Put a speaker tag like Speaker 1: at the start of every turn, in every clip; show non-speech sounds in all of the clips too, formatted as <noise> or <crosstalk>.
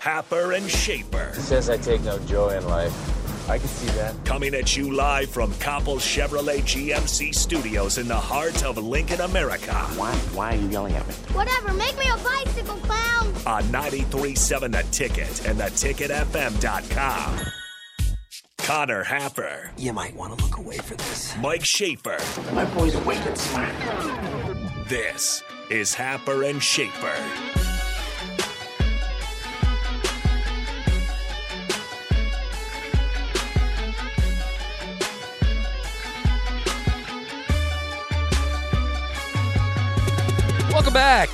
Speaker 1: Happer and Shaper.
Speaker 2: says I take no joy in life. I can see that.
Speaker 1: Coming at you live from Copple Chevrolet GMC studios in the heart of Lincoln, America.
Speaker 3: Why, why are you yelling at me?
Speaker 4: Whatever, make me a bicycle clown.
Speaker 1: On 93.7 The Ticket and theticketfm.com. Connor Happer,
Speaker 5: You might want to look away for this.
Speaker 1: Mike Schaefer.
Speaker 5: My boy's awake and smart.
Speaker 1: This is Happer and Shaper.
Speaker 6: Welcome back.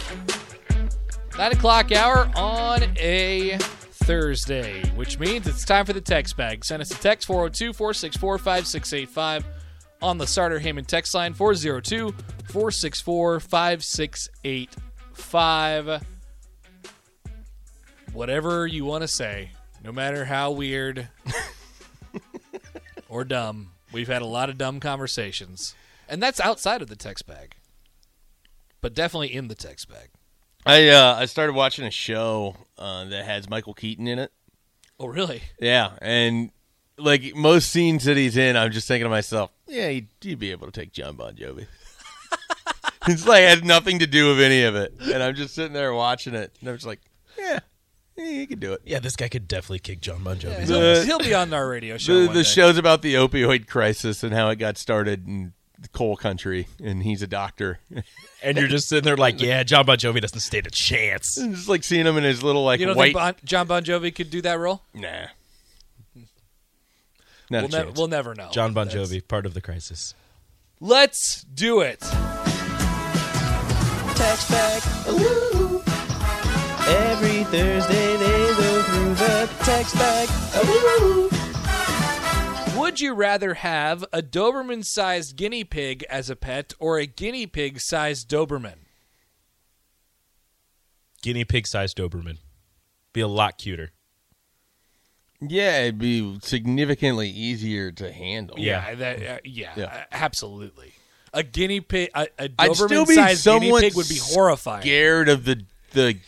Speaker 6: Nine o'clock hour on a Thursday, which means it's time for the text bag. Send us a text 402 464 5685 on the Starter Heyman text line 402 464 5685. Whatever you want to say, no matter how weird or dumb, we've had a lot of dumb conversations. And that's outside of the text bag, but definitely in the text bag.
Speaker 7: I uh, I started watching a show uh, that has Michael Keaton in it.
Speaker 6: Oh, really?
Speaker 7: Yeah, and like most scenes that he's in, I'm just thinking to myself, yeah, he'd, he'd be able to take John Bon Jovi. <laughs> it's like it had nothing to do with any of it, and I'm just sitting there watching it, and I'm just like, yeah, yeah, he could do it.
Speaker 8: Yeah, this guy could definitely kick John Bon Jovi's
Speaker 7: Yeah.
Speaker 8: ass.
Speaker 7: The-
Speaker 6: He'll be on our radio show.
Speaker 7: The
Speaker 6: one
Speaker 7: the
Speaker 6: day.
Speaker 7: show's about the opioid crisis and how it got started in coal country, and he's a doctor. <laughs>
Speaker 8: And you're just sitting there like, yeah, John Bon Jovi doesn't stand a chance.
Speaker 7: It's just like seeing him in his little like
Speaker 6: You don't
Speaker 7: white.
Speaker 6: think bon- John Bon Jovi could do that role?
Speaker 7: nah. Not
Speaker 6: We'll,
Speaker 7: a
Speaker 6: ne-
Speaker 7: chance.
Speaker 6: we'll never know.
Speaker 8: John Bon
Speaker 6: That's-
Speaker 8: Jovi, part of the crisis.
Speaker 6: Let's do it.
Speaker 2: Text back. Every Thursday they go through the text back.
Speaker 6: Would you rather have a Doberman sized guinea pig as a pet or a guinea pig sized Doberman?
Speaker 8: Guinea pig sized Doberman. Be a lot cuter.
Speaker 7: Yeah, it'd be significantly easier to handle.
Speaker 8: Yeah.
Speaker 6: that, uh, yeah,
Speaker 7: Yeah.
Speaker 6: uh, absolutely. A guinea pig, a, a
Speaker 7: I'd still
Speaker 6: Doberman
Speaker 7: be
Speaker 6: sized guinea
Speaker 7: somewhat
Speaker 6: pig would be horrifying.
Speaker 7: Scared of the the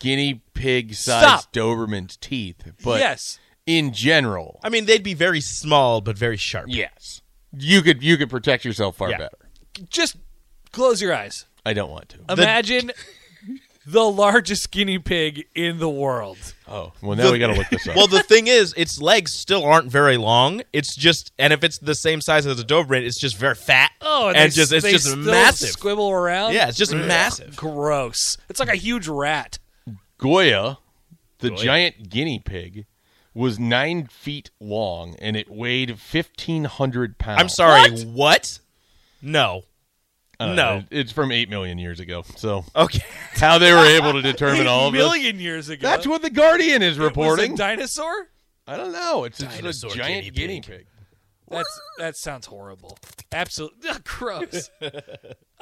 Speaker 7: guinea pig sized
Speaker 6: Stop.
Speaker 7: Doberman's teeth, but
Speaker 6: yes.
Speaker 7: in general,
Speaker 8: I mean, they'd be very small, but very sharp.
Speaker 7: yes, you could you could protect yourself far
Speaker 8: Yeah.
Speaker 7: better.
Speaker 6: Just close your eyes.
Speaker 7: I don't want to.
Speaker 6: Imagine <laughs> the largest guinea pig in the world.
Speaker 7: oh, well now we got to look this up.
Speaker 8: <laughs> Well, Uh, the thing is, its legs still aren't very long. It's just, and if it's the same size as a Doberman, it's just very fat.
Speaker 6: Oh, and,
Speaker 8: and
Speaker 6: they,
Speaker 8: just it's
Speaker 6: they
Speaker 8: just
Speaker 6: still
Speaker 8: massive.
Speaker 6: Squibble around.
Speaker 8: Yeah, it's just
Speaker 6: Ugh,
Speaker 8: massive.
Speaker 6: Gross. It's like a huge rat.
Speaker 7: Goya, the giant guinea pig, was nine feet long and it weighed fifteen hundred pounds.
Speaker 8: I'm sorry. What? No.
Speaker 7: Uh,
Speaker 8: no.
Speaker 7: it- it's from eight million years ago. So
Speaker 8: Okay.
Speaker 7: how they were able to determine all
Speaker 6: A
Speaker 7: of this.
Speaker 6: million years ago.
Speaker 7: That's what the Guardian is
Speaker 6: It was
Speaker 7: reporting.
Speaker 6: a dinosaur.
Speaker 7: I don't know. It's just a
Speaker 8: Dinosaur
Speaker 7: giant guinea
Speaker 8: guinea pig.
Speaker 7: pig.
Speaker 6: That's that sounds horrible. <laughs> Absolutely gross. I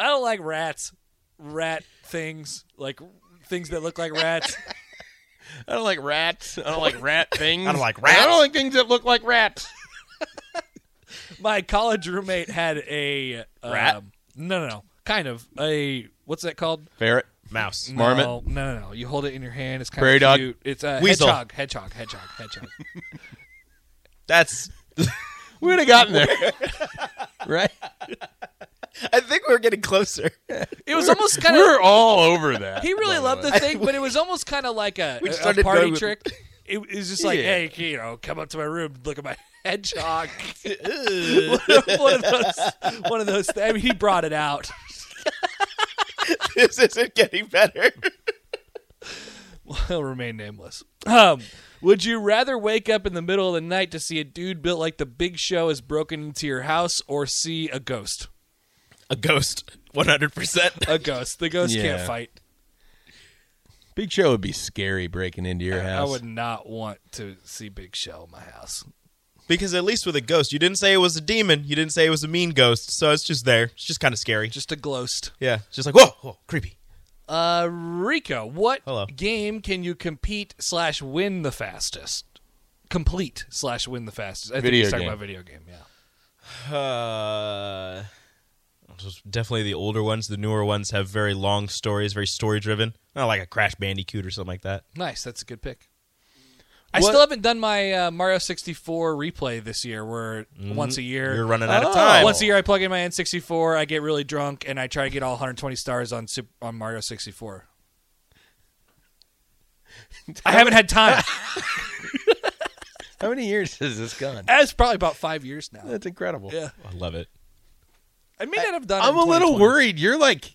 Speaker 6: don't like rats. Rat things like things that look like rats.
Speaker 7: I don't like rats. I don't like rat things.
Speaker 8: I don't like
Speaker 7: And I
Speaker 8: rats.
Speaker 7: don't like things that look like rats.
Speaker 6: My college roommate had a um,
Speaker 8: Rat?
Speaker 6: No, no, no. Kind of a what's that called?
Speaker 7: Ferret.
Speaker 8: Mouse.
Speaker 7: Marmot?
Speaker 6: No, no, no, no. You hold it in your hand. It's kind
Speaker 7: Prairie
Speaker 6: of
Speaker 7: dog?
Speaker 6: cute. It's a
Speaker 8: Weasel.
Speaker 6: hedgehog. Hedgehog. Hedgehog. Hedgehog.
Speaker 8: That's.
Speaker 7: We would have gotten there. right?
Speaker 8: I think we're getting closer.
Speaker 6: it was almost kind of.
Speaker 7: We're all over that.
Speaker 6: <laughs> He really
Speaker 7: by
Speaker 6: loved
Speaker 7: way.
Speaker 6: the thing, but it was almost kind of like a,
Speaker 8: We
Speaker 6: a- a
Speaker 8: started
Speaker 6: party
Speaker 8: going with-
Speaker 6: trick. <laughs> It was just like,
Speaker 7: Yeah.
Speaker 6: hey, you know, come up to my room, look at my <laughs> hedgehog. one of those, one of those. I mean, he brought it out.
Speaker 8: this isn't getting better.
Speaker 6: <laughs> He'll remain nameless. Um, would you rather wake up in the middle of the night to see a dude built like the Big Show is broken into your house, or see a ghost?
Speaker 8: A ghost. 100%.
Speaker 6: A ghost. The ghost can't
Speaker 7: Yeah.
Speaker 6: fight.
Speaker 7: Big Show would be scary breaking into your
Speaker 6: I
Speaker 7: house.
Speaker 6: would not want to see Big Show in my house.
Speaker 8: Because at least with a ghost, you didn't say it was a demon. You didn't say it was a mean ghost. So it's just there. It's just kind of scary.
Speaker 6: Just a ghost.
Speaker 8: yeah. It's just like, whoa, whoa, creepy.
Speaker 6: Uh, Rico, what
Speaker 8: Hello.
Speaker 6: game can you compete slash win the fastest? Complete slash win the fastest. I think
Speaker 7: Video
Speaker 6: he's talking
Speaker 7: game.
Speaker 6: about video game. Yeah.
Speaker 8: Uh, just definitely the older ones. The newer ones have very long stories, very story driven. Not like a Crash Bandicoot or something like that.
Speaker 6: Nice. That's a good pick. I still haven't done my uh, Mario 64 replay this year, where once a year.
Speaker 8: You're running out of
Speaker 7: Oh.
Speaker 8: time.
Speaker 6: Once a year, I plug in my N64, I get really drunk, and I try to get all 120 stars on Sup- on Mario 64. I haven't had time.
Speaker 7: How many years has this gone?
Speaker 6: That's probably about five years now.
Speaker 7: That's incredible.
Speaker 6: Yeah.
Speaker 8: I love it.
Speaker 6: I may not have done. it
Speaker 7: I'm
Speaker 6: in
Speaker 7: a little
Speaker 6: 2020.
Speaker 7: worried. You're like,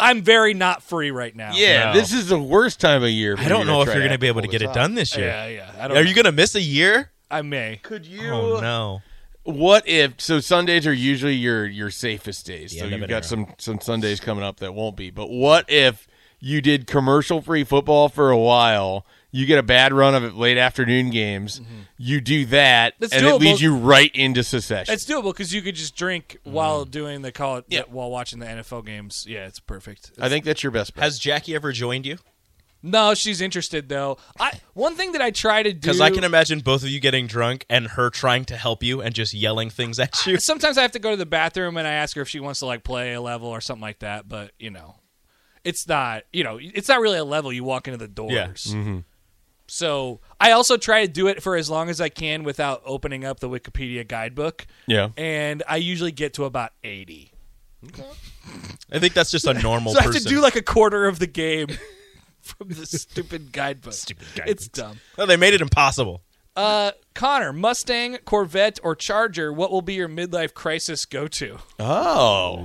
Speaker 6: I'm very not free right now.
Speaker 7: yeah,
Speaker 8: No.
Speaker 7: this is the worst time of year. for
Speaker 8: I don't
Speaker 7: you
Speaker 8: know if
Speaker 7: try
Speaker 8: you're going to be able to
Speaker 7: pull
Speaker 8: get
Speaker 7: this
Speaker 8: it
Speaker 7: off.
Speaker 8: done this year.
Speaker 6: yeah, yeah. I don't.
Speaker 8: Are
Speaker 6: know.
Speaker 8: you going to miss a year?
Speaker 6: I may.
Speaker 7: Could you?
Speaker 8: Oh, no.
Speaker 7: What if? So Sundays are usually your your safest days. so
Speaker 8: end of
Speaker 7: you've
Speaker 8: an
Speaker 7: got
Speaker 8: era.
Speaker 7: some some Sundays coming up that won't be. But what if you did commercial free football for a while? You get a bad run of late afternoon games.
Speaker 8: Mm-hmm.
Speaker 7: You do that,
Speaker 6: That's
Speaker 7: and it
Speaker 6: doable.
Speaker 7: leads you right into secession.
Speaker 6: It's doable because you could just drink while doing the call while watching the NFL games. Yeah, it's perfect.
Speaker 7: I think that's your best bet.
Speaker 8: Has Jackie ever joined you?
Speaker 6: No, she's interested though. I one thing that I try to do
Speaker 8: Because I can imagine both of you getting drunk and her trying to help you and just yelling things at
Speaker 6: <laughs>
Speaker 8: you.
Speaker 6: sometimes I have to go to the bathroom and I ask her if she wants to like play a level or something like that. But you know, it's not you know it's not really a level. You walk into the doors.
Speaker 8: Yeah. Mm-hmm.
Speaker 6: So I also try to do it for as long as I can without opening up the Wikipedia guidebook.
Speaker 7: Yeah.
Speaker 6: and I usually get to about eighty.
Speaker 8: I think that's just a normal
Speaker 6: So I
Speaker 8: person.
Speaker 6: have to do like a quarter of the game <laughs> from the stupid guidebook.
Speaker 8: Stupid
Speaker 6: It's
Speaker 8: guidebooks.
Speaker 6: dumb.
Speaker 8: No, they made it impossible.
Speaker 6: Uh, Connor, Mustang, Corvette, or Charger, what will be your midlife crisis go to?
Speaker 7: oh,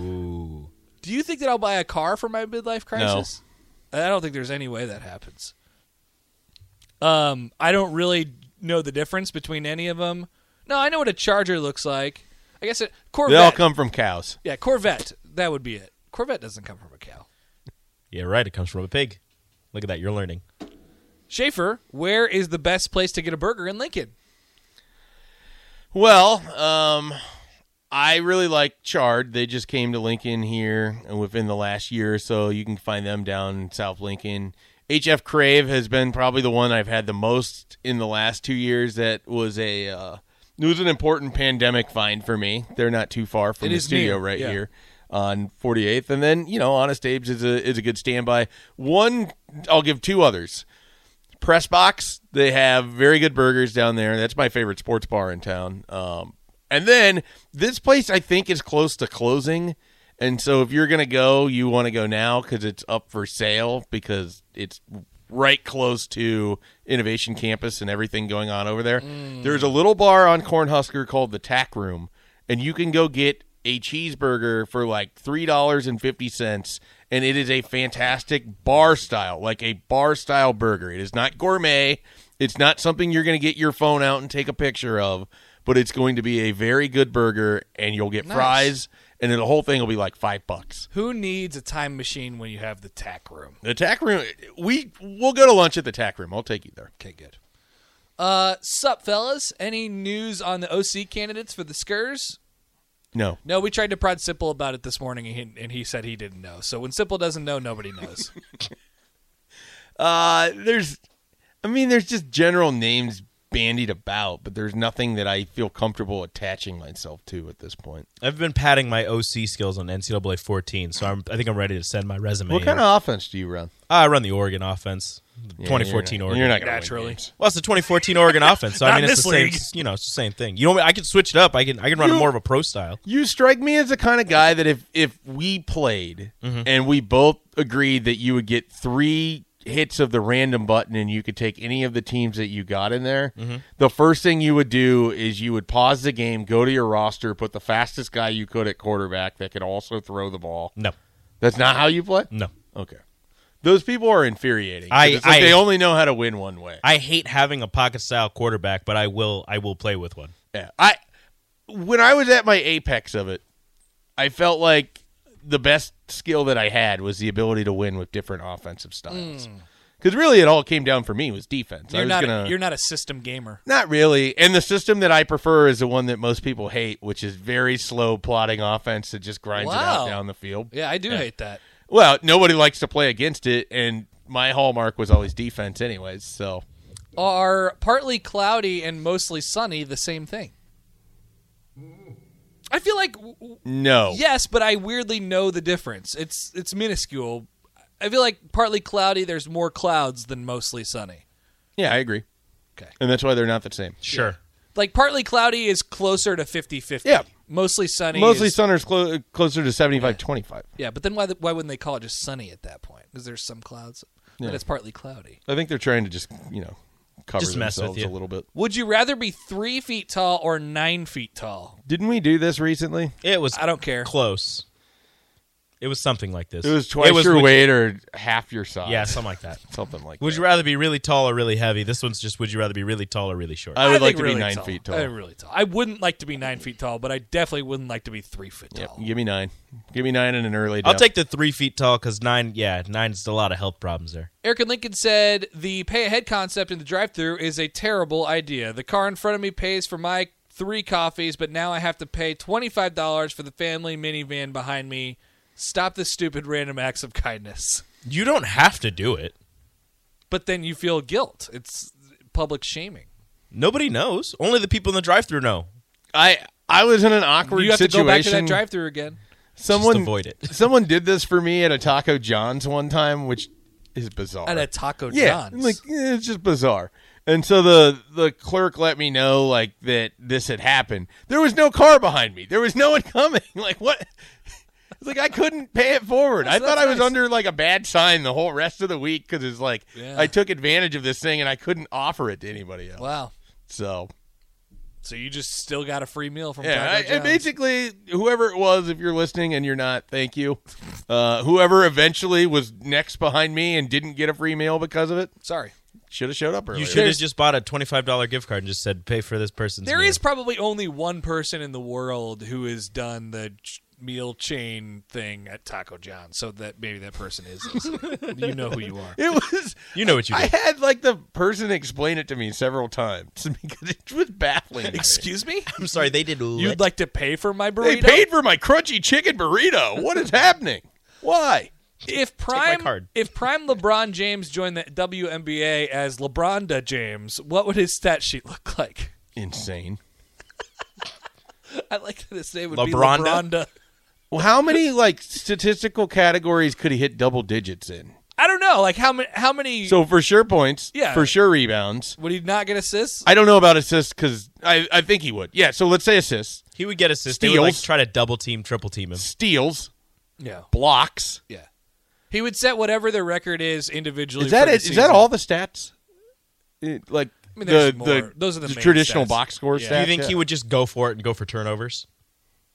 Speaker 6: Do you think that I'll buy a car for my midlife crisis? I don't think there's any way that happens. Um, I don't really know the difference between any of them. No, I know what a Charger looks like. I guess it
Speaker 7: they all
Speaker 6: Corvette.
Speaker 7: come from cows.
Speaker 6: yeah, Corvette. That would be it. Corvette doesn't come from a cow.
Speaker 8: Yeah, right. It comes from a pig. Look at that. You're learning.
Speaker 6: Schaefer, where is the best place to get a burger in Lincoln?
Speaker 7: Well, um, I really like Chard. They just came to Lincoln here within the last year or so. You can find them down in South Lincoln. HF Crave has been probably the one I've had the most in the last two years. That was a uh, it was an important pandemic find for me. They're not too far from
Speaker 6: It
Speaker 7: the
Speaker 6: is
Speaker 7: studio
Speaker 6: near,
Speaker 7: right
Speaker 6: yeah.
Speaker 7: here on 48th, and then you know Honest Abe's is a is a good standby. One, I'll give two others. Press Box. They have very good burgers down there. That's my favorite sports bar in town. Um, and then this place, I think, is close to closing. And so if you're going to go, you want to go now because it's up for sale because it's right close to Innovation Campus and everything going on over there. There's a little bar on Cornhusker called the Tack Room, and you can go get a cheeseburger for like three dollars and fifty cents, and it is a fantastic bar style, like a bar style burger. It is not gourmet. It's not something you're going to get your phone out and take a picture of, but it's going to be a very good burger, and you'll get fries, and then the whole thing will be like five bucks.
Speaker 6: Who needs a time machine when you have the tack room?
Speaker 7: The tack room, we we'll go to lunch at the tack room. I'll take you there.
Speaker 6: Okay, good. Uh, sup, fellas? Any news on the OC candidates for the Skurs?
Speaker 7: No,
Speaker 6: No, we tried to prod Simple about it this morning, and he, and he said
Speaker 7: <laughs>
Speaker 6: he didn't know. So when Simple doesn't know, nobody knows.
Speaker 7: uh, there's I mean, there's just general names bandied about, but there's nothing that I feel comfortable attaching myself to at this point.
Speaker 8: I've been padding my OC skills on NCAA 14, so I'm, I think I'm ready to send my resume.
Speaker 7: What kind
Speaker 8: in.
Speaker 7: of offense do you run?
Speaker 8: I run the Oregon offense, the
Speaker 7: Yeah,
Speaker 8: 2014
Speaker 7: you're not,
Speaker 8: Oregon.
Speaker 7: You're not gonna win
Speaker 6: Naturally.
Speaker 7: games.
Speaker 8: Well, it's the 2014 Oregon offense. So
Speaker 6: Not
Speaker 8: I mean,
Speaker 6: in
Speaker 8: it's
Speaker 6: this
Speaker 8: the same.
Speaker 6: league.
Speaker 8: You know, it's the same thing. You know, I can switch it up. I can I can run
Speaker 7: You-
Speaker 8: more of a pro style.
Speaker 7: You strike me as the kind of guy that if if we played and we both agreed that you would get three hits of the random button and you could take any of the teams that you got in there, the first thing you would do is you would pause the game, go to your roster, put the fastest guy you could at quarterback that could also throw the ball.
Speaker 8: No,
Speaker 7: That's not how you
Speaker 6: Mm.
Speaker 7: play.
Speaker 8: no.
Speaker 7: Okay. Those people are infuriating. 'cause
Speaker 8: I-
Speaker 7: it's like
Speaker 8: I-
Speaker 7: they only know how to win one way.
Speaker 8: I hate having a pocket style quarterback, but I will I will play with one.
Speaker 7: Yeah. I when I was at my apex of it, I felt like the best skill that I had was the ability to win with different offensive styles. Because really, it all came down for me was defense. I
Speaker 6: Mm. You're
Speaker 7: was
Speaker 6: not
Speaker 7: gonna
Speaker 6: a, you're not a system gamer.
Speaker 7: not really. And the system that I prefer is the one that most people hate, which is very slow plotting offense that just grinds it
Speaker 6: Wow.
Speaker 7: out down the field.
Speaker 6: Yeah, I do hate that.
Speaker 7: Well, nobody likes to play against it, and my hallmark was always defense, anyways. So
Speaker 6: Are partly cloudy and mostly sunny the same thing? I feel like w- w-
Speaker 7: no.
Speaker 6: yes, but I weirdly know the difference. It's it's minuscule. I feel like partly cloudy. There's more clouds than mostly sunny.
Speaker 7: Yeah, I agree.
Speaker 6: Okay.
Speaker 7: And that's why they're not the same.
Speaker 8: Sure.
Speaker 6: Like partly cloudy is closer to 50-50.
Speaker 7: Yeah.
Speaker 6: Mostly sunny.
Speaker 7: Mostly
Speaker 6: is-
Speaker 7: Sunner's clo- closer to 75 25.
Speaker 6: Yeah, but then why the, why wouldn't they call it just sunny at that point? Because there's some clouds. and it's partly cloudy.
Speaker 7: I think they're trying to just, you know, cover
Speaker 8: Just mess with
Speaker 7: themselves
Speaker 8: you.
Speaker 7: a little bit.
Speaker 6: Would you rather be three feet tall or nine feet tall?
Speaker 7: Didn't we do this recently?
Speaker 8: It was
Speaker 6: I don't care.
Speaker 8: close. It was something like this.
Speaker 7: It was twice your
Speaker 8: would-
Speaker 7: weight or half your size.
Speaker 8: Yeah, something like that.
Speaker 7: Something like
Speaker 8: Would
Speaker 7: that.
Speaker 8: you rather be really tall or really heavy? This one's just would you rather be really tall or really short?
Speaker 7: I would like
Speaker 6: think
Speaker 7: to
Speaker 6: really
Speaker 7: be nine feet tall.
Speaker 6: I really tall. I wouldn't like to be nine feet tall, but I definitely wouldn't like to be three foot
Speaker 7: Yep,
Speaker 6: tall.
Speaker 7: give me nine. Give me nine and an early
Speaker 8: I'll
Speaker 7: down.
Speaker 8: take the three feet tall because nine, yeah, nine's a lot of health problems there.
Speaker 6: Eric and Lincoln said the pay ahead concept in the drive thru is a terrible idea. The car in front of me pays for my three coffees, but now I have to pay twenty five dollars for the family minivan behind me. Stop this stupid random acts of kindness.
Speaker 8: You don't have to do it.
Speaker 6: But then you feel guilt. It's public shaming.
Speaker 8: Nobody knows. Only the people in the drive-through know.
Speaker 7: I I was in an awkward
Speaker 6: You have
Speaker 7: situation.
Speaker 6: to go back to that drive thru again.
Speaker 7: Someone
Speaker 8: avoid it.
Speaker 7: someone did this for me at a Taco John's one time, which is bizarre.
Speaker 6: At a Taco
Speaker 7: Yeah,
Speaker 6: John's.
Speaker 7: like eh, it's just bizarre. And so the the clerk let me know like that this had happened. There was no car behind me. There was no one <laughs> coming. Like what? <laughs> It's like I couldn't pay it forward. I
Speaker 6: So
Speaker 7: thought
Speaker 6: that's
Speaker 7: I was
Speaker 6: nice.
Speaker 7: under like a bad sign the whole rest of the week because it's like
Speaker 6: Yeah.
Speaker 7: I took advantage of this thing and I couldn't offer it to anybody else.
Speaker 6: wow.
Speaker 7: So
Speaker 6: So you just still got a free meal from
Speaker 7: yeah, I,
Speaker 6: Taco
Speaker 7: and
Speaker 6: John's.
Speaker 7: basically whoever it was, if you're listening and you're not, thank you. Uh, whoever eventually was next behind me and didn't get a free meal because of it
Speaker 6: Sorry.
Speaker 7: should have showed up earlier.
Speaker 8: You should have just bought a twenty-five dollar gift card and just said, "Pay for this person's."
Speaker 6: There
Speaker 8: meal."
Speaker 6: is probably only one person in the world who has done the ch- meal chain thing at Taco John's, so that maybe that person
Speaker 7: <laughs>
Speaker 6: is. listening. you know who you are.
Speaker 7: It was.
Speaker 8: You know what you
Speaker 7: I
Speaker 8: did.
Speaker 7: had like the person explain it to me several times <laughs> because it was baffling. to me. <laughs>
Speaker 6: Excuse me?
Speaker 8: I'm sorry, they did.
Speaker 6: You'd like to pay for my
Speaker 7: they
Speaker 6: burrito?
Speaker 7: paid for my crunchy chicken burrito. What is happening? Why?
Speaker 6: if prime
Speaker 8: card.
Speaker 6: if prime LeBron James joined the WNBA as LeBronda James, what would his stat sheet look like? <laughs>
Speaker 7: Insane.
Speaker 6: I like that his name would be
Speaker 8: LeBronda?
Speaker 6: LeBronda.
Speaker 7: Well, how many like statistical categories could he hit double digits in?
Speaker 6: I don't know, like how many how many
Speaker 7: So for sure points.
Speaker 6: Yeah.
Speaker 7: For sure rebounds.
Speaker 6: would he not get assists?
Speaker 7: I don't know about assists because I, I think he would. Yeah. So let's say assists,
Speaker 8: He would get assists. They would like
Speaker 7: Steals.
Speaker 8: try to double team, triple team him.
Speaker 7: steals,
Speaker 6: No.
Speaker 7: blocks.
Speaker 6: Yeah. He would set whatever their record is individually.
Speaker 7: Is that
Speaker 6: for the
Speaker 7: it? Is that
Speaker 6: season.
Speaker 7: all the stats? It- like
Speaker 6: I mean,
Speaker 7: the,
Speaker 6: there's
Speaker 7: the
Speaker 6: more. Those are the main
Speaker 7: traditional
Speaker 6: stats.
Speaker 7: box score
Speaker 6: Yeah.
Speaker 7: stats.
Speaker 8: Do you think
Speaker 7: yeah.
Speaker 8: he would just go for it and go for turnovers?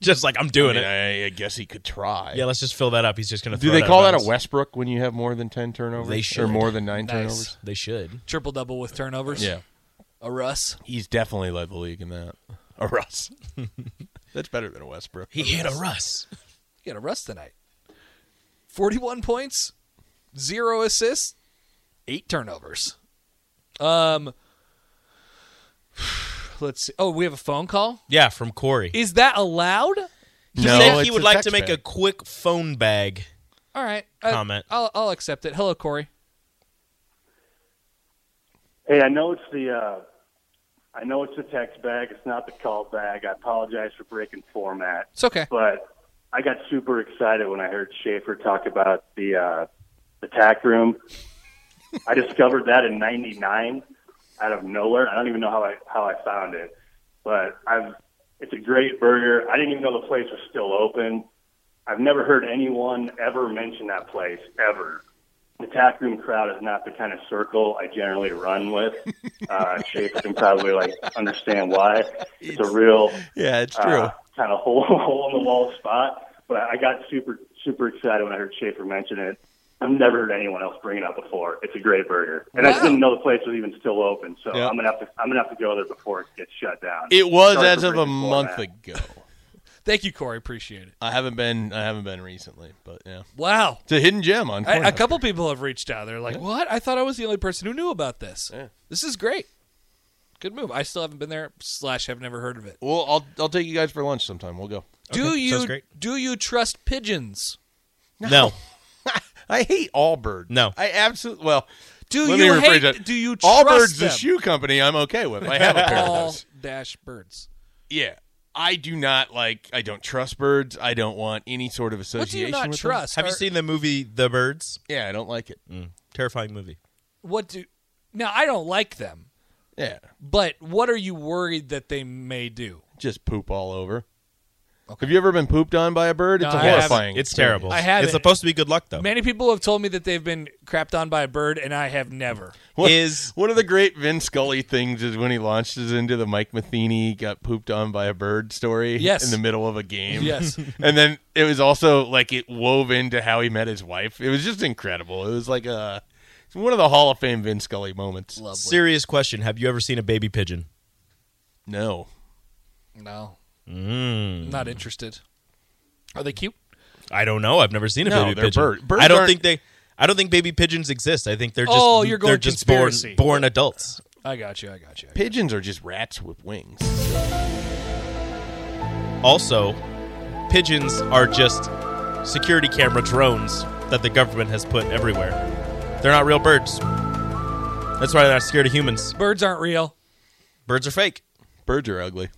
Speaker 8: Just like I'm doing
Speaker 7: I, mean,
Speaker 8: it.
Speaker 7: I, I guess he could try.
Speaker 8: Yeah, let's just fill that up. He's just gonna.
Speaker 7: Do
Speaker 8: throw
Speaker 7: they
Speaker 8: it out
Speaker 7: call
Speaker 8: of
Speaker 7: that a
Speaker 8: bounds.
Speaker 7: Westbrook when you have more than ten turnovers?
Speaker 8: They
Speaker 7: Or
Speaker 8: should.
Speaker 7: more than nine
Speaker 6: Nice.
Speaker 7: turnovers?
Speaker 8: They should.
Speaker 6: Triple double with turnovers.
Speaker 7: Yeah.
Speaker 6: A Russ.
Speaker 7: He's definitely led the league in that. A Oh, Russ. <laughs> That's better than a Westbrook.
Speaker 8: He hit a Russ.
Speaker 6: You got a Russ tonight. 41 points, zero assists, eight turnovers. Um, <sighs> let's see. Oh, we have a phone call.
Speaker 8: Yeah, from Corey.
Speaker 6: Is that allowed?
Speaker 8: He
Speaker 7: No,
Speaker 8: said
Speaker 7: it's
Speaker 8: he
Speaker 7: a
Speaker 8: would like to
Speaker 7: text
Speaker 8: make
Speaker 7: bag.
Speaker 8: a quick phone bag.
Speaker 6: All right. I-
Speaker 8: Comment.
Speaker 6: I'll, I'll accept it. Hello, Corey.
Speaker 9: Hey, I know it's the uh, I know it's the text bag. It's not the call bag. I apologize for breaking format,
Speaker 6: It's okay.
Speaker 9: but I got super excited when I heard Schaefer talk about the uh, the tack room. I discovered that in '99 out of nowhere. I don't even know how I how I found it, but I've it's a great burger. I didn't even know the place was still open. I've never heard anyone ever mention that place ever. The tack room crowd is not the kind of circle I generally run with. Uh, Schaefer can probably like understand why. It's a real
Speaker 7: Yeah, it's true.
Speaker 9: uh, kind of <laughs> hole hole in the wall spot. But I got super super excited when I heard Schaefer mention it. I've never heard anyone else bring it up before. It's a great burger, and I
Speaker 6: Wow.
Speaker 9: just didn't know the place was even still open. So
Speaker 7: Yeah.
Speaker 9: I'm gonna have to I'm gonna have to go there before it gets shut down.
Speaker 7: it was
Speaker 9: Sorry
Speaker 7: as
Speaker 9: for
Speaker 7: of a
Speaker 9: breaking
Speaker 7: month
Speaker 9: format.
Speaker 7: ago.
Speaker 6: Thank you, Corey. Appreciate it.
Speaker 7: I haven't been. I haven't been recently, but yeah,
Speaker 6: Wow.
Speaker 7: it's a hidden gem on.
Speaker 6: I, a
Speaker 7: Pornhub.
Speaker 6: couple people have reached out. They're like, "What? I thought I was the only person who knew about this. This is great. Good move. I still haven't been there. Slash, have never heard of it.
Speaker 7: Well, I'll I'll take you guys for lunch sometime. We'll go.
Speaker 6: do you
Speaker 8: sounds great.
Speaker 6: do you trust pigeons?
Speaker 7: <laughs>
Speaker 8: No.
Speaker 7: <laughs> I hate Allbird.
Speaker 8: No.
Speaker 7: I absolutely. Well,
Speaker 6: Do
Speaker 7: let me
Speaker 6: you
Speaker 7: rephrase
Speaker 6: hate?
Speaker 7: that.
Speaker 6: Do you trust
Speaker 7: Allbird's
Speaker 6: them?
Speaker 7: the shoe company. I'm okay with. I have a <laughs> pair of
Speaker 6: All
Speaker 7: those.
Speaker 6: dash birds.
Speaker 7: Yeah. I do not like. I don't trust birds. I don't want any sort of
Speaker 6: What do you
Speaker 7: association
Speaker 6: not
Speaker 7: with
Speaker 6: trust?
Speaker 8: Have you
Speaker 6: Are-
Speaker 8: seen the movie The Birds?
Speaker 7: them. Yeah, I don't like it.
Speaker 8: Terrifying movie.
Speaker 6: what do? Now I don't like them,
Speaker 7: Yeah,
Speaker 6: but what are you worried that they may do?
Speaker 7: just poop all over. Have you ever been pooped on by a bird?
Speaker 6: No,
Speaker 7: It's a
Speaker 6: I haven't.
Speaker 7: horrifying.
Speaker 8: It's
Speaker 7: experience.
Speaker 8: terrible.
Speaker 6: I have
Speaker 8: It's
Speaker 6: it.
Speaker 8: supposed to be good luck though.
Speaker 6: Many people have told me that they've been crapped on by a bird, and I have never.
Speaker 7: One-
Speaker 8: Is-
Speaker 7: <laughs> one of the great Vin Scully things is when he launches into the Mike Matheny got pooped on by a bird story
Speaker 6: Yes.
Speaker 7: in the middle of a game.
Speaker 6: <laughs> Yes.
Speaker 7: and then it was also like it wove into how he met his wife. It was just incredible. It was like a it's one of the Hall of Fame Vin Scully moments.
Speaker 8: Serious question. Have you ever seen a baby pigeon?
Speaker 7: No.
Speaker 6: No,
Speaker 7: Mm.
Speaker 6: not interested. Are they cute?
Speaker 8: I don't know. I've never seen a
Speaker 7: No,
Speaker 8: baby
Speaker 7: they're
Speaker 8: pigeon.
Speaker 7: bird- birds
Speaker 8: I don't
Speaker 7: aren't-
Speaker 8: think they. I don't think baby pigeons exist. I think they're just.
Speaker 6: Oh, you're going
Speaker 8: they're just
Speaker 6: conspiracy.
Speaker 8: born born adults.
Speaker 6: I got you. I got you.
Speaker 7: Pigeons are just rats with wings.
Speaker 8: Also, pigeons are just security camera drones that the government has put everywhere. They're not real birds. That's why they're not scared of humans.
Speaker 6: Birds aren't real.
Speaker 8: Birds are fake.
Speaker 7: Birds are ugly.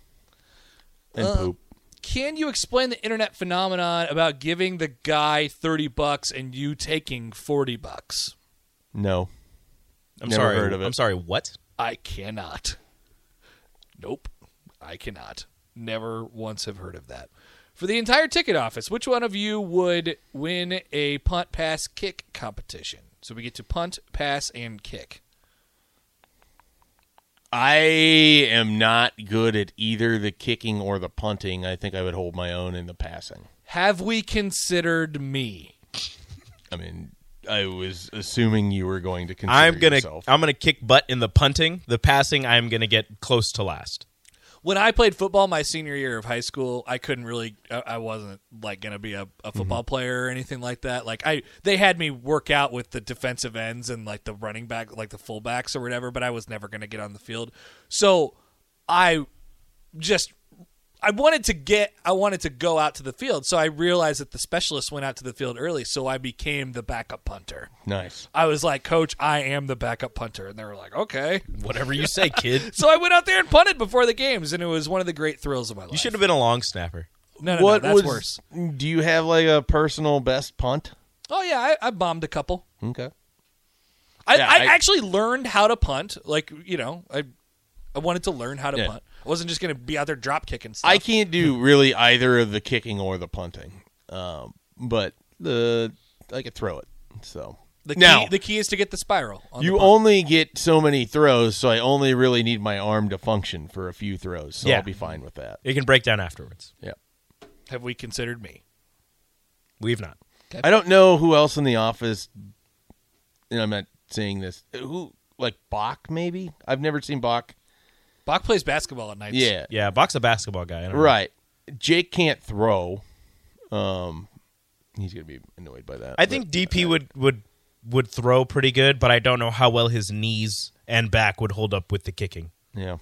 Speaker 7: And
Speaker 6: Uh.
Speaker 7: poop.
Speaker 6: Can you explain the internet phenomenon about giving the guy 30 bucks and you taking 40 bucks?
Speaker 7: No.
Speaker 8: I'm
Speaker 7: Never
Speaker 8: sorry.
Speaker 7: heard of it.
Speaker 8: I'm sorry. What?
Speaker 6: I cannot. Nope. I cannot. Never once have heard of that. For the entire ticket office, which one of you would win a punt, pass, kick competition? So we get to punt, pass, and kick.
Speaker 7: I am not good at either the kicking or the punting. I think I would hold my own in the passing.
Speaker 6: Have we considered me?
Speaker 7: I mean, I was assuming you were going to consider
Speaker 8: I'm gonna.
Speaker 7: yourself.
Speaker 8: I'm gonna kick butt in the punting. The passing. I'm gonna get close to last.
Speaker 6: when I played football my senior year of high school, I couldn't really. I, I wasn't like going to be a, a football player or anything like that. Like I, they had me work out with the defensive ends and like the running back, like the fullbacks or whatever. But I was never going to get on the field, so I just I wanted to get I wanted to go out to the field, so I realized that the specialist went out to the field early, so I became the backup punter.
Speaker 7: Nice.
Speaker 6: I was like, Coach, I am the backup punter. And they were like, okay.
Speaker 8: Whatever
Speaker 7: <laughs>
Speaker 8: you say, kid.
Speaker 6: so I went out there and punted before the games, and it was one of the great thrills of my life.
Speaker 8: You should have been a long snapper.
Speaker 6: No, no, no that's
Speaker 7: was-
Speaker 6: worse.
Speaker 7: Do you have like a personal best punt?
Speaker 6: Oh, yeah, I, I bombed a couple.
Speaker 7: Okay.
Speaker 6: I,
Speaker 7: Yeah,
Speaker 6: I,
Speaker 7: I-
Speaker 6: actually learned how to punt. Like, you know, I I wanted to learn how to
Speaker 7: Yeah.
Speaker 6: punt. I wasn't just going to be out there drop kicking stuff.
Speaker 7: I can't do really either of the kicking or the punting, um, but the I could throw it. So
Speaker 6: the key,
Speaker 7: now
Speaker 6: the key is to get the spiral. On
Speaker 7: you
Speaker 6: the punt.
Speaker 7: only get so many throws, so I only really need my arm to function for a few throws. So
Speaker 8: Yeah.
Speaker 7: I'll be fine with that.
Speaker 8: It can break down afterwards.
Speaker 7: Yeah.
Speaker 6: have we considered me?
Speaker 8: We've not.
Speaker 7: I don't know who else in the office. And I'm not saying this. Who like Bach? Maybe I've never seen Bach.
Speaker 6: Bach plays basketball at nights.
Speaker 7: Yeah,
Speaker 8: Yeah, Bach's a basketball guy. I don't know.
Speaker 7: right. Jake can't throw. Um, he's gonna be annoyed by that.
Speaker 8: I
Speaker 7: but-
Speaker 8: think DP would would would throw pretty good, but I don't know how well his knees and back would hold up with the kicking.
Speaker 7: Yeah.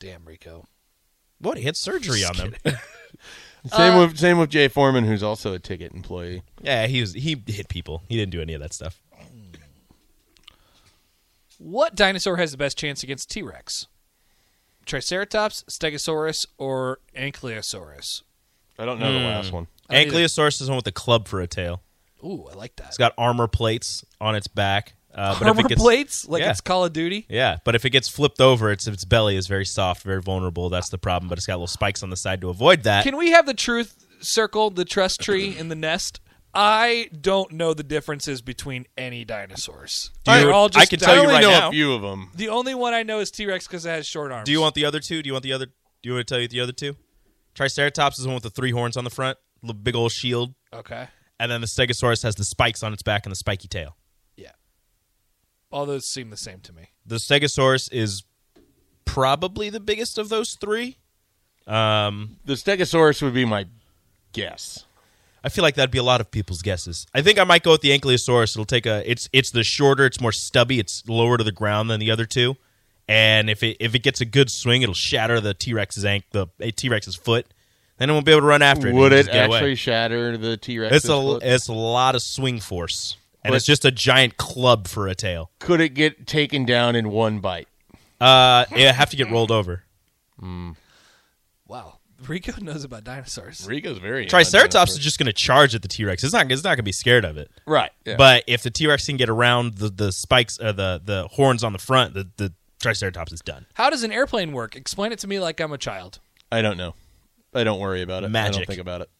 Speaker 6: Damn, Rico.
Speaker 8: What he had surgery on them?
Speaker 7: Same
Speaker 8: Uh,
Speaker 7: with same with Jay Foreman, who's also a ticket employee.
Speaker 8: <laughs> yeah, he was he hit people. He didn't do any of that stuff.
Speaker 6: What dinosaur has the best chance against T Rex? Triceratops, Stegosaurus, or Ankylosaurus?
Speaker 7: I don't know the
Speaker 8: Hmm.
Speaker 7: last one.
Speaker 6: I don't either.
Speaker 8: Ankylosaurus is the one with a club for a tail.
Speaker 6: Ooh, I like that.
Speaker 8: It's got armor plates on its back. Uh, but
Speaker 6: Armor
Speaker 8: if it gets,
Speaker 6: plates, like
Speaker 8: Yeah.
Speaker 6: it's Call of Duty.
Speaker 8: Yeah, but if it gets flipped over, its its belly is very soft, very vulnerable. That's the problem. But it's got little spikes on the side to avoid that.
Speaker 6: Can we have the truth circle, the trust tree, and the nest? I don't know the differences between any dinosaurs.
Speaker 8: Do you-
Speaker 6: They're all just
Speaker 8: I can tell
Speaker 6: di-
Speaker 8: you
Speaker 7: I
Speaker 8: right
Speaker 7: know
Speaker 8: now.
Speaker 7: a few of them.
Speaker 6: The only one I know is T Rex because it has short arms.
Speaker 8: Do you want the other two? Do you want the other? Do you want to tell you the other two? Triceratops is the one with the three horns on the front, little big old shield,
Speaker 6: Okay.
Speaker 8: and then the Stegosaurus has the spikes on its back and the spiky tail.
Speaker 6: Yeah. All those seem the same to me.
Speaker 8: The Stegosaurus is probably the biggest of those three. Um,
Speaker 7: The Stegosaurus would be my guess.
Speaker 8: I feel like that'd be a lot of people's guesses. I think I might go with the Ankylosaurus. It'll take a. It's it's the shorter. It's more stubby. It's lower to the ground than the other two. And if it if it gets a good swing, it'll shatter the T Rex's ank the T Rex's foot. Then it won't be able to run after it.
Speaker 7: Would
Speaker 8: It'll just
Speaker 7: it
Speaker 8: get away.
Speaker 7: actually shatter the T Rex?
Speaker 8: It's a it's a lot of swing force, and
Speaker 7: But-
Speaker 8: it's just a giant club for a tail.
Speaker 7: Could it get taken down in one bite?
Speaker 8: Uh, it have to get rolled over.
Speaker 6: Wow. Rico <laughs> knows about dinosaurs.
Speaker 7: Rico's very
Speaker 8: Triceratops is just going to charge at the T Rex. It's not it's not going to be scared of it.
Speaker 7: right,
Speaker 8: But if the T Rex can get around the the spikes or the the horns on the front, the the Triceratops is done.
Speaker 6: How does an airplane work? Explain it to me like I'm a child.
Speaker 7: I don't know. I don't worry about it. I
Speaker 8: Magic.
Speaker 7: don't think about it.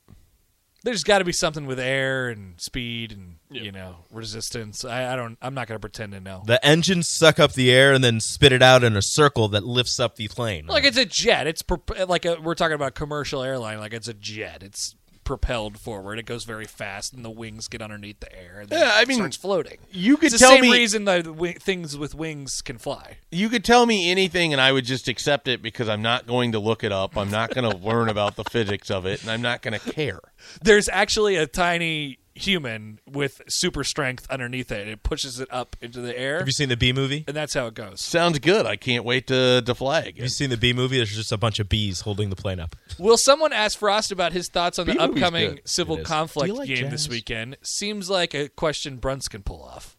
Speaker 6: There's got to be something with air and speed and you know resistance. I, I don't. I'm not going to pretend to know.
Speaker 8: The engines suck up the air and then spit it out in a circle that lifts up the plane.
Speaker 6: like it's a jet. It's prop like a, we're talking about a commercial airline. Like it's a jet. It's propelled forward. It goes very fast, and the wings get underneath the air. And then
Speaker 7: Yeah, I
Speaker 6: it
Speaker 7: mean,
Speaker 6: starts floating.
Speaker 7: You could
Speaker 6: It's the
Speaker 7: tell
Speaker 6: same
Speaker 7: me
Speaker 6: reason that wi- things with wings can fly.
Speaker 7: you could tell me anything and I would just accept it because I'm not going to look it up. I'm not going to <laughs> learn about the physics of it and I'm not going to care.
Speaker 6: There's actually a tiny human with super strength underneath it. It pushes it up into the air,
Speaker 8: have you seen the bee movie?
Speaker 6: and that's how it goes.
Speaker 7: Sounds good. I can't wait to to fly again.
Speaker 8: Have you seen the bee movie? There's just a bunch of bees holding the plane up.
Speaker 6: Will someone ask Frost about his thoughts on the
Speaker 7: B-movie's
Speaker 6: upcoming
Speaker 7: good.
Speaker 6: civil
Speaker 8: It is.
Speaker 6: conflict
Speaker 8: Do you like
Speaker 6: game this
Speaker 8: jazz?
Speaker 6: weekend? Seems like a question Brunts can pull off.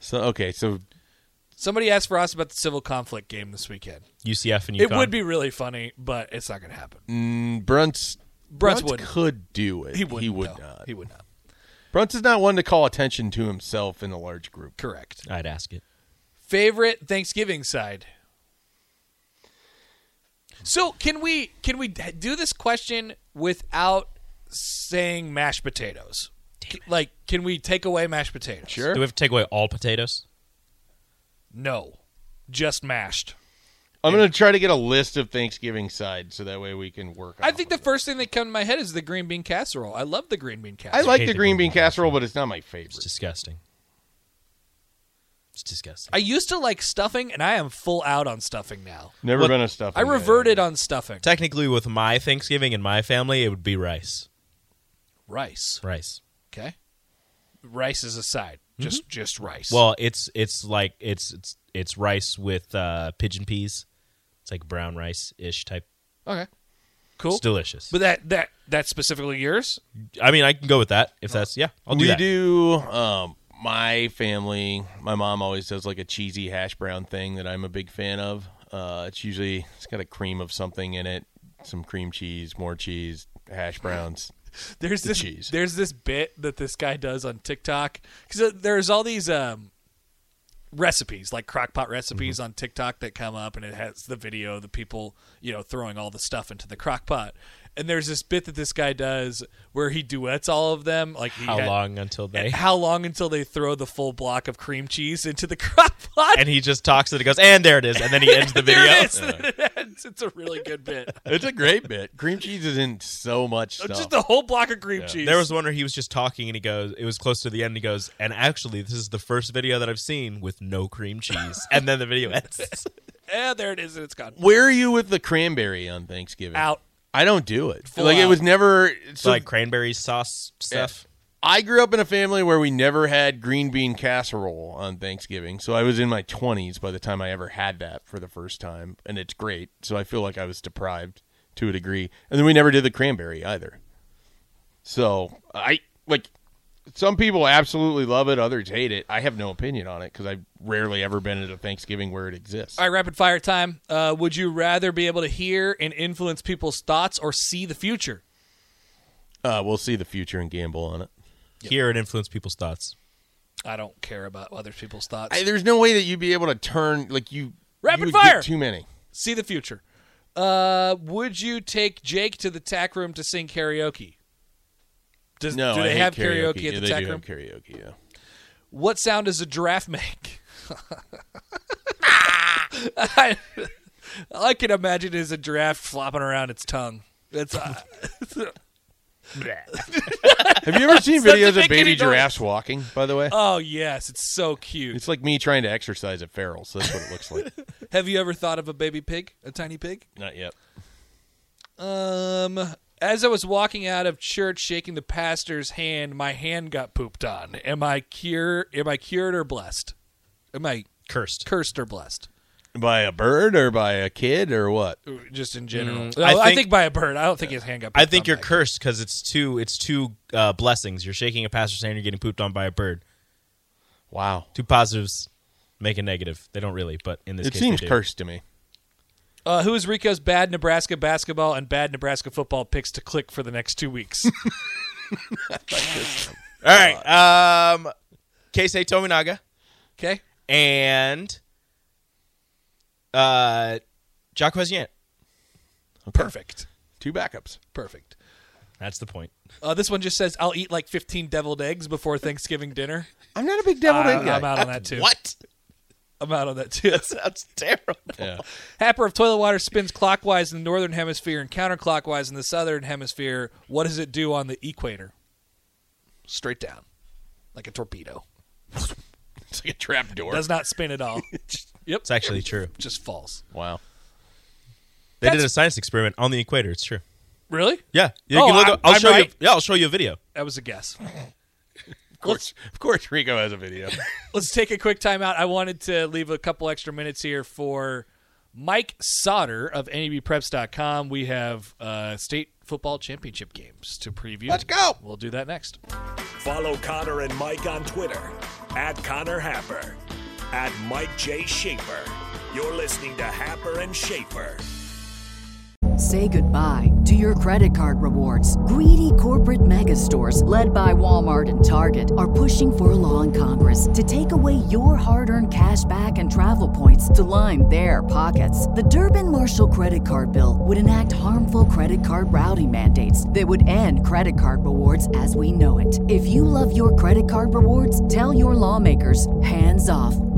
Speaker 7: So okay, so
Speaker 6: Somebody asked Frost about the civil conflict game this weekend.
Speaker 8: UCF and UConn.
Speaker 6: It would be really funny, but it's not going to
Speaker 7: Mm.
Speaker 6: happen.
Speaker 7: Brunt's
Speaker 6: Brunt's
Speaker 7: Brunt
Speaker 6: wouldn't.
Speaker 7: could do it.
Speaker 6: He would.
Speaker 7: He would
Speaker 6: though.
Speaker 7: not.
Speaker 6: He would not.
Speaker 7: Brunt's is not one to call attention to himself in a large group.
Speaker 6: Correct.
Speaker 8: I'd ask it.
Speaker 6: Favorite Thanksgiving side. So can we can we d- do this question without saying mashed potatoes? C- Like, can we take away mashed potatoes?
Speaker 8: Do we have to take away all potatoes?
Speaker 6: No, just mashed.
Speaker 7: I'm going to try to get a list of Thanksgiving sides so that way we can work.
Speaker 6: I
Speaker 7: off
Speaker 6: think
Speaker 7: of
Speaker 6: the first thing that comes to my head is the green bean casserole. I love the green bean
Speaker 7: it. I
Speaker 6: casserole.
Speaker 7: like
Speaker 8: hate
Speaker 7: the
Speaker 8: the
Speaker 7: green
Speaker 8: green
Speaker 7: bean casserole, but it's not my favorite.
Speaker 8: It's disgusting. It's disgusting.
Speaker 6: I used to like stuffing, and I am full out on stuffing now.
Speaker 7: Never
Speaker 8: What-
Speaker 7: been a stuff.
Speaker 6: I reverted on stuffing.
Speaker 8: Technically, with my Thanksgiving and my family, it would be rice.
Speaker 6: Rice.
Speaker 8: Rice.
Speaker 6: Okay. Mm-hmm. Rice is aside. Just just rice.
Speaker 8: Well, it's it's like it's it's it's rice with uh, pigeon peas. It's like brown rice ish type
Speaker 6: Okay. Cool.
Speaker 8: It's delicious.
Speaker 6: But that that that's specifically yours. <laughs>
Speaker 8: I mean, I can go with that if that's yeah. I'll Oh. do
Speaker 7: we
Speaker 8: that.
Speaker 7: do. Um, my family, my mom always does like a cheesy hash brown thing that I'm a big fan of. Uh, it's usually it's got a cream of something in it, some cream cheese, more cheese, hash browns.
Speaker 6: There's
Speaker 7: the
Speaker 6: this
Speaker 7: cheese.
Speaker 6: there's this bit that this guy does on TikTok because there's all these um, recipes like crockpot recipes
Speaker 8: Mm-hmm.
Speaker 6: on TikTok that come up and it has the video of the people you know throwing all the stuff into the crockpot. And there's this bit that this guy does where he duets all of them. Like he
Speaker 8: How
Speaker 6: had-
Speaker 8: long until they?
Speaker 6: How long until they throw the full block of cream cheese into the <laughs> crockpot?
Speaker 8: <laughs> and he just talks and it goes, and <laughs> there it is, and then he ends the video.
Speaker 6: There it is. It ends. <laughs> It's a really good
Speaker 7: <laughs>
Speaker 6: bit.
Speaker 7: It's a great bit. Cream cheese is in so much stuff.
Speaker 6: Just the whole block of cream cheese.
Speaker 8: There was one where he was just talking and he goes, it was close to the end. And he goes, and actually, this is the first video that I've seen with no cream cheese. and then the video <laughs> ends.
Speaker 6: Yeah, Eh, there it is, and it's gone.
Speaker 7: Where are you with the cranberry on Thanksgiving?
Speaker 6: Out.
Speaker 7: I don't do it.
Speaker 6: Full
Speaker 7: like it
Speaker 6: out.
Speaker 7: was never so-
Speaker 8: like cranberry sauce stuff.
Speaker 7: I grew up in a family where we never had green bean casserole on Thanksgiving. So I was in my 20s by the time I ever had that for the first time. And it's great. So I feel like I was deprived to a degree. And then we never did the cranberry either. So I like some people absolutely love it, others hate it. I have no opinion on it because I've rarely ever been at a Thanksgiving where it exists.
Speaker 6: All right, rapid fire time. Uh, would you rather be able to hear and influence people's thoughts or see the future?
Speaker 7: Uh, we'll see the future and gamble on it.
Speaker 8: Hear and influence people's thoughts.
Speaker 6: I don't care about other people's thoughts.
Speaker 7: I, there's no way that you'd be able to turn like you
Speaker 6: Rapid
Speaker 7: you would
Speaker 6: fire!
Speaker 7: get too many.
Speaker 6: see the future. Uh, would you take Jake to the tack room to sing karaoke? Does,
Speaker 7: No,
Speaker 6: do
Speaker 7: I
Speaker 6: they
Speaker 7: hate
Speaker 6: have karaoke,
Speaker 7: Yeah,
Speaker 6: at the
Speaker 7: they
Speaker 6: tack
Speaker 7: do have
Speaker 6: room?
Speaker 7: karaoke. Yeah.
Speaker 6: What sound does a giraffe make? <laughs> I, all I can imagine is a giraffe flopping around its tongue. It's uh,
Speaker 7: <laughs> Have you ever seen
Speaker 6: Doesn't
Speaker 7: videos of
Speaker 6: make any
Speaker 7: baby
Speaker 6: noise.
Speaker 7: giraffes walking? By the way,
Speaker 6: oh yes, it's so cute.
Speaker 7: it's like me trying to exercise at Farrell's. That's what it looks
Speaker 6: <laughs>
Speaker 7: like.
Speaker 6: Have you ever thought of a baby pig, a tiny pig?
Speaker 7: Not yet.
Speaker 6: Um, as I was walking out of church, shaking the pastor's hand, my hand got pooped on. Am I cure? Am I cured or blessed? Am I
Speaker 8: Cursed.
Speaker 6: cursed or blessed?
Speaker 7: By a bird or by a kid or what?
Speaker 6: Just in general.
Speaker 8: Mm,
Speaker 6: No, I,
Speaker 8: I
Speaker 6: think,
Speaker 8: think-
Speaker 6: by a bird. I don't think his hand got. Pooped
Speaker 8: I think
Speaker 6: on
Speaker 8: you're
Speaker 6: by-
Speaker 8: cursed because it's two. It's two uh, blessings. You're shaking a pastor's hand. You're getting pooped on by a bird.
Speaker 7: Wow,
Speaker 8: Two positives make a negative. They don't really, but in this
Speaker 7: it
Speaker 8: case,
Speaker 7: seems
Speaker 8: they do.
Speaker 7: cursed to me.
Speaker 6: Uh, who is Rico's bad Nebraska basketball and bad Nebraska football picks to click for the next two weeks?
Speaker 8: All right. Um, Keisei Tominaga
Speaker 6: okay.
Speaker 8: and uh, Jacques Yant.
Speaker 6: Perfect.
Speaker 7: Two backups.
Speaker 6: Perfect.
Speaker 8: That's the point.
Speaker 6: Uh, this one just says, "I'll eat like 15 deviled eggs before Thanksgiving dinner."
Speaker 7: I'm not a big devil
Speaker 6: I-
Speaker 7: egg guy.
Speaker 6: Uh, I'm out on that too. <laughs>
Speaker 8: What?
Speaker 6: I'm out on that too.
Speaker 8: That's terrible.
Speaker 7: Yeah.
Speaker 6: Happer of toilet water spins clockwise in the northern hemisphere and counterclockwise in the southern hemisphere. What does it do on the equator? Straight down, like a torpedo.
Speaker 7: <laughs> It's like a trap door.
Speaker 6: Does not spin at all. yep,
Speaker 8: It's actually true.
Speaker 6: just falls.
Speaker 7: Wow.
Speaker 8: They did a science experiment on the equator. It's true.
Speaker 6: Really?
Speaker 8: Yeah. You
Speaker 6: Oh,
Speaker 8: can look
Speaker 6: I-
Speaker 8: up- I'll
Speaker 6: I'm
Speaker 8: show
Speaker 6: right.
Speaker 8: you. Yeah, I'll show you a video.
Speaker 6: That was a guess.
Speaker 7: Of course, of course, Rico has a
Speaker 6: <laughs>
Speaker 7: video.
Speaker 6: Let's take a quick timeout. I wanted to leave a couple extra minutes here for Mike Sauter of E NEBpreps.com. We have uh, state football championship games to preview. Let's
Speaker 7: go.
Speaker 6: We'll do that next.
Speaker 1: Follow Connor and Mike on Twitter at Connor Happer, at Mike J. Schaefer. You're listening to Happer and Schaefer.
Speaker 10: Say goodbye to your credit card rewards. Greedy corporate mega stores, led by Walmart and Target, are pushing for a law in Congress to take away your hard earned cash back and travel points to line their pockets. The Durbin Marshall credit card bill would enact harmful credit card routing mandates that would end credit card rewards as we know it. If you love your credit card rewards, tell your lawmakers hands off